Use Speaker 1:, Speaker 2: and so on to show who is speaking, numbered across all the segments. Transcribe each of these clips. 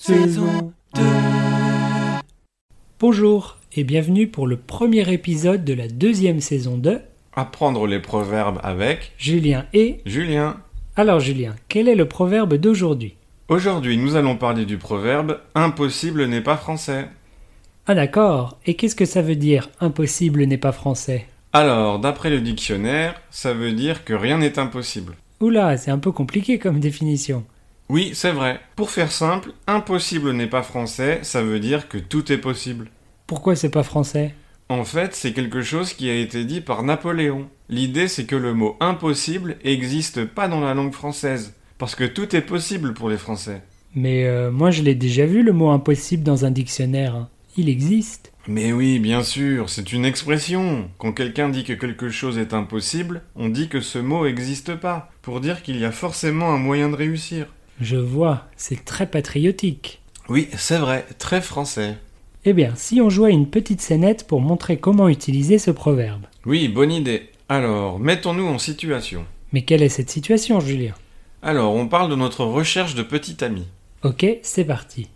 Speaker 1: saison 2.
Speaker 2: Bonjour et bienvenue pour le premier épisode de la deuxième saison de
Speaker 1: Apprendre les proverbes avec
Speaker 2: Julien et...
Speaker 1: Julien.
Speaker 2: Alors Julien, quel est le proverbe d'aujourd'hui
Speaker 1: Aujourd'hui, nous allons parler du proverbe Impossible n'est pas français.
Speaker 2: Ah d'accord, et qu'est-ce que ça veut dire impossible n'est pas français
Speaker 1: Alors, d'après le dictionnaire, ça veut dire que rien n'est impossible.
Speaker 2: Oula, c'est un peu compliqué comme définition.
Speaker 1: Oui, c'est vrai. Pour faire simple, impossible n'est pas français, ça veut dire que tout est possible.
Speaker 2: Pourquoi c'est pas français
Speaker 1: En fait, c'est quelque chose qui a été dit par Napoléon. L'idée, c'est que le mot impossible n'existe pas dans la langue française, parce que tout est possible pour les Français.
Speaker 2: Mais euh, moi je l'ai déjà vu le mot impossible dans un dictionnaire. hein. Il existe.
Speaker 1: Mais oui, bien sûr, c'est une expression. Quand quelqu'un dit que quelque chose est impossible, on dit que ce mot n'existe pas, pour dire qu'il y a forcément un moyen de réussir.
Speaker 2: Je vois, c'est très patriotique.
Speaker 1: Oui, c'est vrai, très français.
Speaker 2: Eh bien, si on jouait une petite scénette pour montrer comment utiliser ce proverbe.
Speaker 1: Oui, bonne idée. Alors, mettons-nous en situation.
Speaker 2: Mais quelle est cette situation, Julien
Speaker 1: Alors, on parle de notre recherche de petit ami.
Speaker 2: Ok, c'est parti.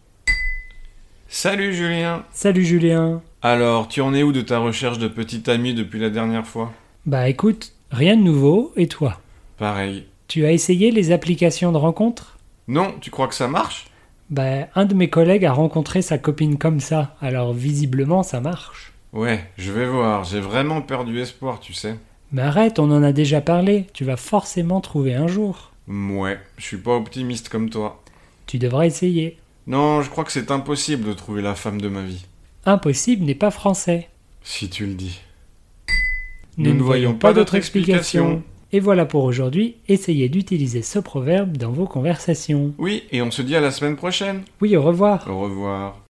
Speaker 1: Salut Julien
Speaker 2: Salut Julien
Speaker 1: Alors, tu en es où de ta recherche de petit ami depuis la dernière fois
Speaker 2: Bah écoute, rien de nouveau, et toi
Speaker 1: Pareil.
Speaker 2: Tu as essayé les applications de rencontre
Speaker 1: Non, tu crois que ça marche
Speaker 2: Bah un de mes collègues a rencontré sa copine comme ça, alors visiblement ça marche.
Speaker 1: Ouais, je vais voir, j'ai vraiment perdu espoir, tu sais.
Speaker 2: Mais arrête, on en a déjà parlé, tu vas forcément trouver un jour.
Speaker 1: Mouais, je suis pas optimiste comme toi.
Speaker 2: Tu devras essayer.
Speaker 1: Non, je crois que c'est impossible de trouver la femme de ma vie.
Speaker 2: Impossible n'est pas français.
Speaker 1: Si tu le dis.
Speaker 2: Nous, ne voyons pas d'autre explication. Et voilà pour aujourd'hui, essayez d'utiliser ce proverbe dans vos conversations.
Speaker 1: Oui, et on se dit à la semaine prochaine.
Speaker 2: Oui, au revoir.
Speaker 1: Au revoir.